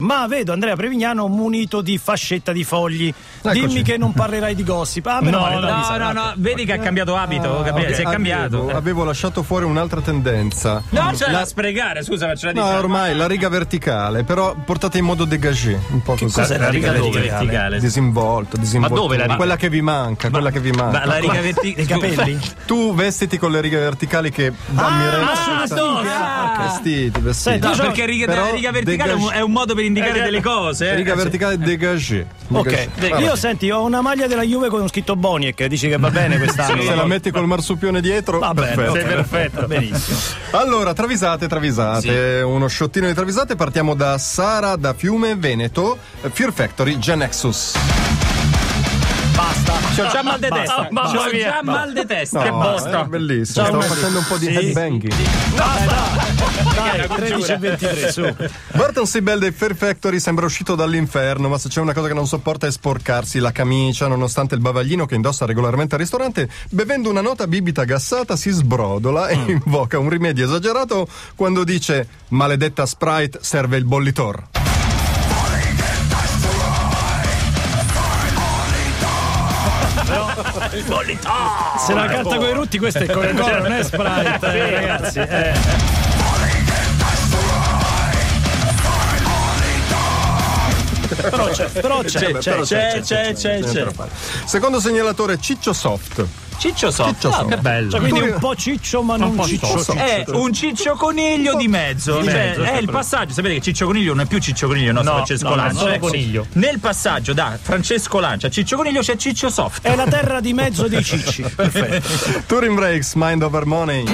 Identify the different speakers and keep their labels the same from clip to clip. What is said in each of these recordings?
Speaker 1: Ma vedo Andrea Prevignano munito di fascetta di fogli.
Speaker 2: Eccoci.
Speaker 1: Dimmi che non parlerai di gossip. Ah, meno
Speaker 2: No,
Speaker 1: male, dai.
Speaker 3: No,
Speaker 2: Lisa,
Speaker 3: no, no, vedi che ha cambiato abito, Gabriele,
Speaker 2: Ah, Ok, oh.
Speaker 3: si è cambiato.
Speaker 2: Avevo, avevo lasciato fuori un'altra tendenza.
Speaker 3: No, c'è da sprecare, scusa, ma ce la
Speaker 2: No,
Speaker 3: dico.
Speaker 2: ormai la riga verticale, però portata in modo dégagé, un po' così.
Speaker 1: cos'è la riga
Speaker 3: dove?
Speaker 1: verticale?
Speaker 2: Disinvolto, disinvolto.
Speaker 4: dove la riga?
Speaker 2: Quella che vi manca, quella che vi manca.
Speaker 3: Ma la riga verti-
Speaker 1: Dei capelli?
Speaker 2: Tu vestiti con le righe verticali che dammi
Speaker 1: Ah,
Speaker 2: retta.
Speaker 1: addosso!
Speaker 3: Ah, ok.
Speaker 2: Vestiti, vestiti.
Speaker 1: Senti,
Speaker 3: No,
Speaker 1: Cioè,
Speaker 3: perché riga, la
Speaker 2: però
Speaker 3: riga verticale è un-
Speaker 2: degage-
Speaker 3: è un modo per indicare
Speaker 4: Eh,
Speaker 3: delle cose. eh.
Speaker 2: riga
Speaker 3: Eh, sì.
Speaker 2: verticale dégagé. Dégagé.
Speaker 1: Ok,
Speaker 2: Vabbè.
Speaker 1: io senti, ho una maglia della Juve con scritto Boniek, dici che va bene quest'anno.
Speaker 2: Se la metti col marsupione dietro,
Speaker 1: Va bene,
Speaker 2: perfetto.
Speaker 1: ok,
Speaker 4: Sei perfetto.
Speaker 1: Benissimo.
Speaker 2: Allora, travisate, travisate, uno sciottino di travisate, partiamo da Sara da Fiume Veneto, eh, Fear Factory Genexus.
Speaker 1: Basta.
Speaker 3: C'ho già mal di
Speaker 1: Basta,
Speaker 3: testa.
Speaker 4: mamma
Speaker 3: C'ho
Speaker 4: mia.
Speaker 3: già mal di testa. Che
Speaker 2: Ah, È
Speaker 3: bosta.
Speaker 2: bellissimo,
Speaker 1: Ciao,
Speaker 2: stavo
Speaker 1: Messi.
Speaker 2: facendo un po' di
Speaker 1: Sì.
Speaker 2: headbanging.
Speaker 1: Dai, 13 Eh, e 23, su.
Speaker 2: Barton Sibel dei Fear Factory sembra uscito dall'inferno, ma se c'è una cosa che non sopporta è sporcarsi la camicia, nonostante il bavaglino che indossa regolarmente al ristorante, bevendo una nota bibita gassata si sbrodola e invoca un rimedio esagerato quando dice maledetta Sprite serve il bollitor.
Speaker 1: Se la carta
Speaker 2: boh.
Speaker 1: con i rutti, questo è Coca-Cola, non è Sprite, eh, ragazzi. eh. Però c'è, però c'è,
Speaker 3: C'è,
Speaker 1: c'è,
Speaker 3: c'è, c'è, c'è, c'è, c'è.
Speaker 2: Secondo segnalatore Ciccio Soft.
Speaker 3: Ciccio so.
Speaker 2: Ciccio so.
Speaker 3: che bello.
Speaker 1: Cioè, quindi un po' ciccio, ma non
Speaker 4: po'
Speaker 1: ciccio.
Speaker 2: so.
Speaker 1: ciccio.
Speaker 3: È un ciccio coniglio di mezzo. Cioè,
Speaker 4: mezzo,
Speaker 3: è il
Speaker 4: sempre.
Speaker 3: passaggio. Sapete che ciccio coniglio non è più ciccio coniglio, no?
Speaker 4: No,
Speaker 3: Francesco
Speaker 4: no,
Speaker 3: Lancia.
Speaker 4: è solo
Speaker 3: Ecco.
Speaker 4: Coniglio.
Speaker 3: Nel passaggio da Francesco Lancia a ciccio coniglio c'è ciccio soft.
Speaker 1: È la terra di mezzo dei cicci. Perfetto.
Speaker 2: Touring Breaks, Mind Over Money.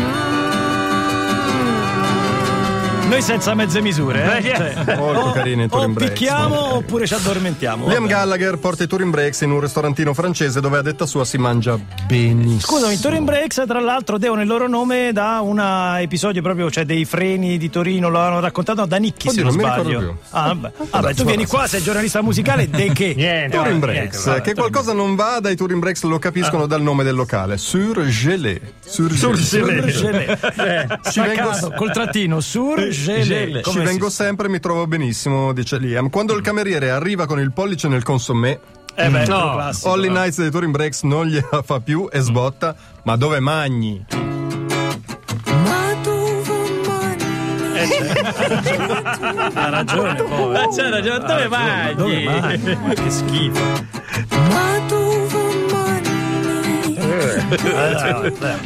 Speaker 1: Noi senza mezze misure, eh? Cioè,
Speaker 2: Molto
Speaker 1: o-
Speaker 2: carini i
Speaker 1: o
Speaker 2: Touring Breaks.
Speaker 1: picchiamo oppure ci addormentiamo.
Speaker 2: Liam
Speaker 1: Vabbè.
Speaker 2: Gallagher porta i Touring Breaks in un ristorantino francese dove a detta sua si mangia benissimo.
Speaker 1: Scusami, Touring Breaks tra l'altro devono il loro nome da un episodio proprio, cioè dei freni di Torino, lo hanno raccontato da Nicchi se
Speaker 2: Oddio,
Speaker 1: non
Speaker 2: non mi ricordo
Speaker 1: sbaglio.
Speaker 2: più.
Speaker 1: Ah, vabbè, Vabbè, tu vieni qua, sei giornalista musicale, de che?
Speaker 4: Niente.
Speaker 2: Touring
Speaker 4: vabbè,
Speaker 2: Breaks,
Speaker 4: niente, vabbè,
Speaker 2: che
Speaker 4: Touring
Speaker 2: qualcosa non vada, i Touring Breaks lo capiscono dal nome del locale. Surgelé. Surgelé.
Speaker 1: Surgelé.
Speaker 2: Ci vengo-
Speaker 1: Staccato, col trattino, surgelé.
Speaker 2: Ci
Speaker 1: Come si-
Speaker 2: vengo sempre, mi trovo benissimo, dice Liam. Quando il cameriere arriva con il pollice nel consommé,
Speaker 1: Eh beh,
Speaker 4: No.
Speaker 1: classico.
Speaker 2: Holly Knights dei Touring Breaks non gliela fa più e sbotta. Ma dove magni?
Speaker 5: Ma dove
Speaker 1: Ha ragione. poi.
Speaker 3: Ma c'è ragione, ma dove
Speaker 1: Ma
Speaker 3: cioè, vai?
Speaker 1: dove mai? Ma Che schifo.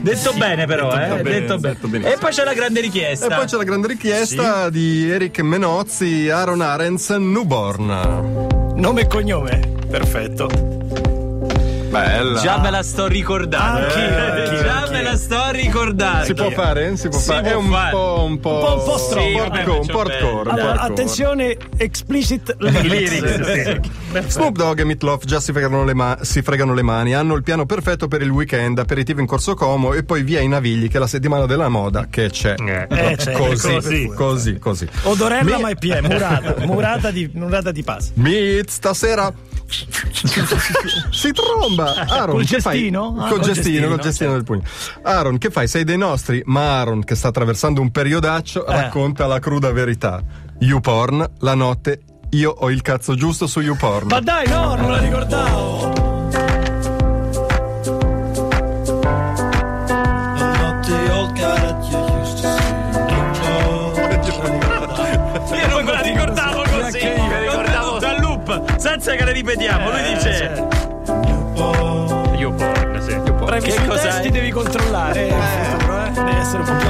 Speaker 3: Detto bene però, eh. Detto bene. E poi c'è la grande richiesta.
Speaker 2: E poi c'è la grande richiesta di Eric Menozzi, Aaron Arens, Newborn.
Speaker 1: Nome e cognome. Perfetto.
Speaker 2: Bella.
Speaker 3: Già me la sto ricordando. eh.
Speaker 1: Anch'io, anch'io,
Speaker 3: Già
Speaker 1: anch'io.
Speaker 3: me la sto ricordando.
Speaker 2: si può fare? Si può
Speaker 3: Si
Speaker 2: fare? È
Speaker 3: può
Speaker 2: un
Speaker 3: fare.
Speaker 2: po' un po'.
Speaker 1: po' un po' strong.
Speaker 2: Un po'
Speaker 3: Sì, vabbè,
Speaker 2: hardcore, un
Speaker 3: faccio
Speaker 2: po'
Speaker 3: bene.
Speaker 2: hardcore, un po'
Speaker 1: Allora,
Speaker 2: hardcore.
Speaker 1: attenzione, explicit lyrics.
Speaker 2: Snoop Dogg e Meatloaf già si fregano, le ma- si fregano le mani, hanno il piano perfetto per il weekend, aperitivo in Corso Como e poi via i Navigli, che è la settimana della moda che c'è.
Speaker 1: Eh, c'è.
Speaker 2: Così, così,
Speaker 4: così.
Speaker 2: così,
Speaker 1: Odorella ma è pie, murata, murata di, murata di pasta.
Speaker 2: Meat stasera si tromba Aaron
Speaker 1: Col
Speaker 2: che fai?
Speaker 1: gestino? Ah,
Speaker 2: col
Speaker 1: col
Speaker 2: gestino
Speaker 1: gestino,
Speaker 2: col gestino del pugno Aaron che fai sei dei nostri ma Aaron che sta attraversando un periodaccio
Speaker 1: Eh.
Speaker 2: racconta la cruda verità YouPorn la notte io ho il cazzo giusto su YouPorn
Speaker 1: Ma dai, no, non la ricordavo.
Speaker 3: Io non me la ricordavo così.
Speaker 1: Neanche io.
Speaker 3: Me la ricordavo tutto a loop, senza che la ripetiamo. Lui dice:
Speaker 4: Io porno, sì. Io porno.
Speaker 1: Che
Speaker 3: Che
Speaker 1: cos'è?
Speaker 3: cos'è?
Speaker 1: testi devi controllare. eh, Devi essere un po' più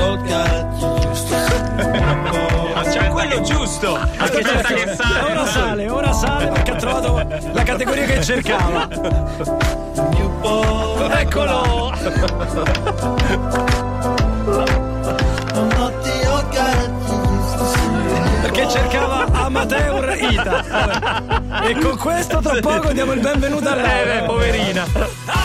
Speaker 1: accorto.
Speaker 3: Ah, C'è quello giusto. Aspetta, che
Speaker 1: Ora
Speaker 3: fa.
Speaker 1: sale, ora sale perché ha trovato la categoria che cercava. Eccolo! Perché cercava Amateur Ita. E con questo tra poco diamo il benvenuto a lei.
Speaker 3: Eh, beh, poverina.
Speaker 1: Amateur
Speaker 3: oh. oh.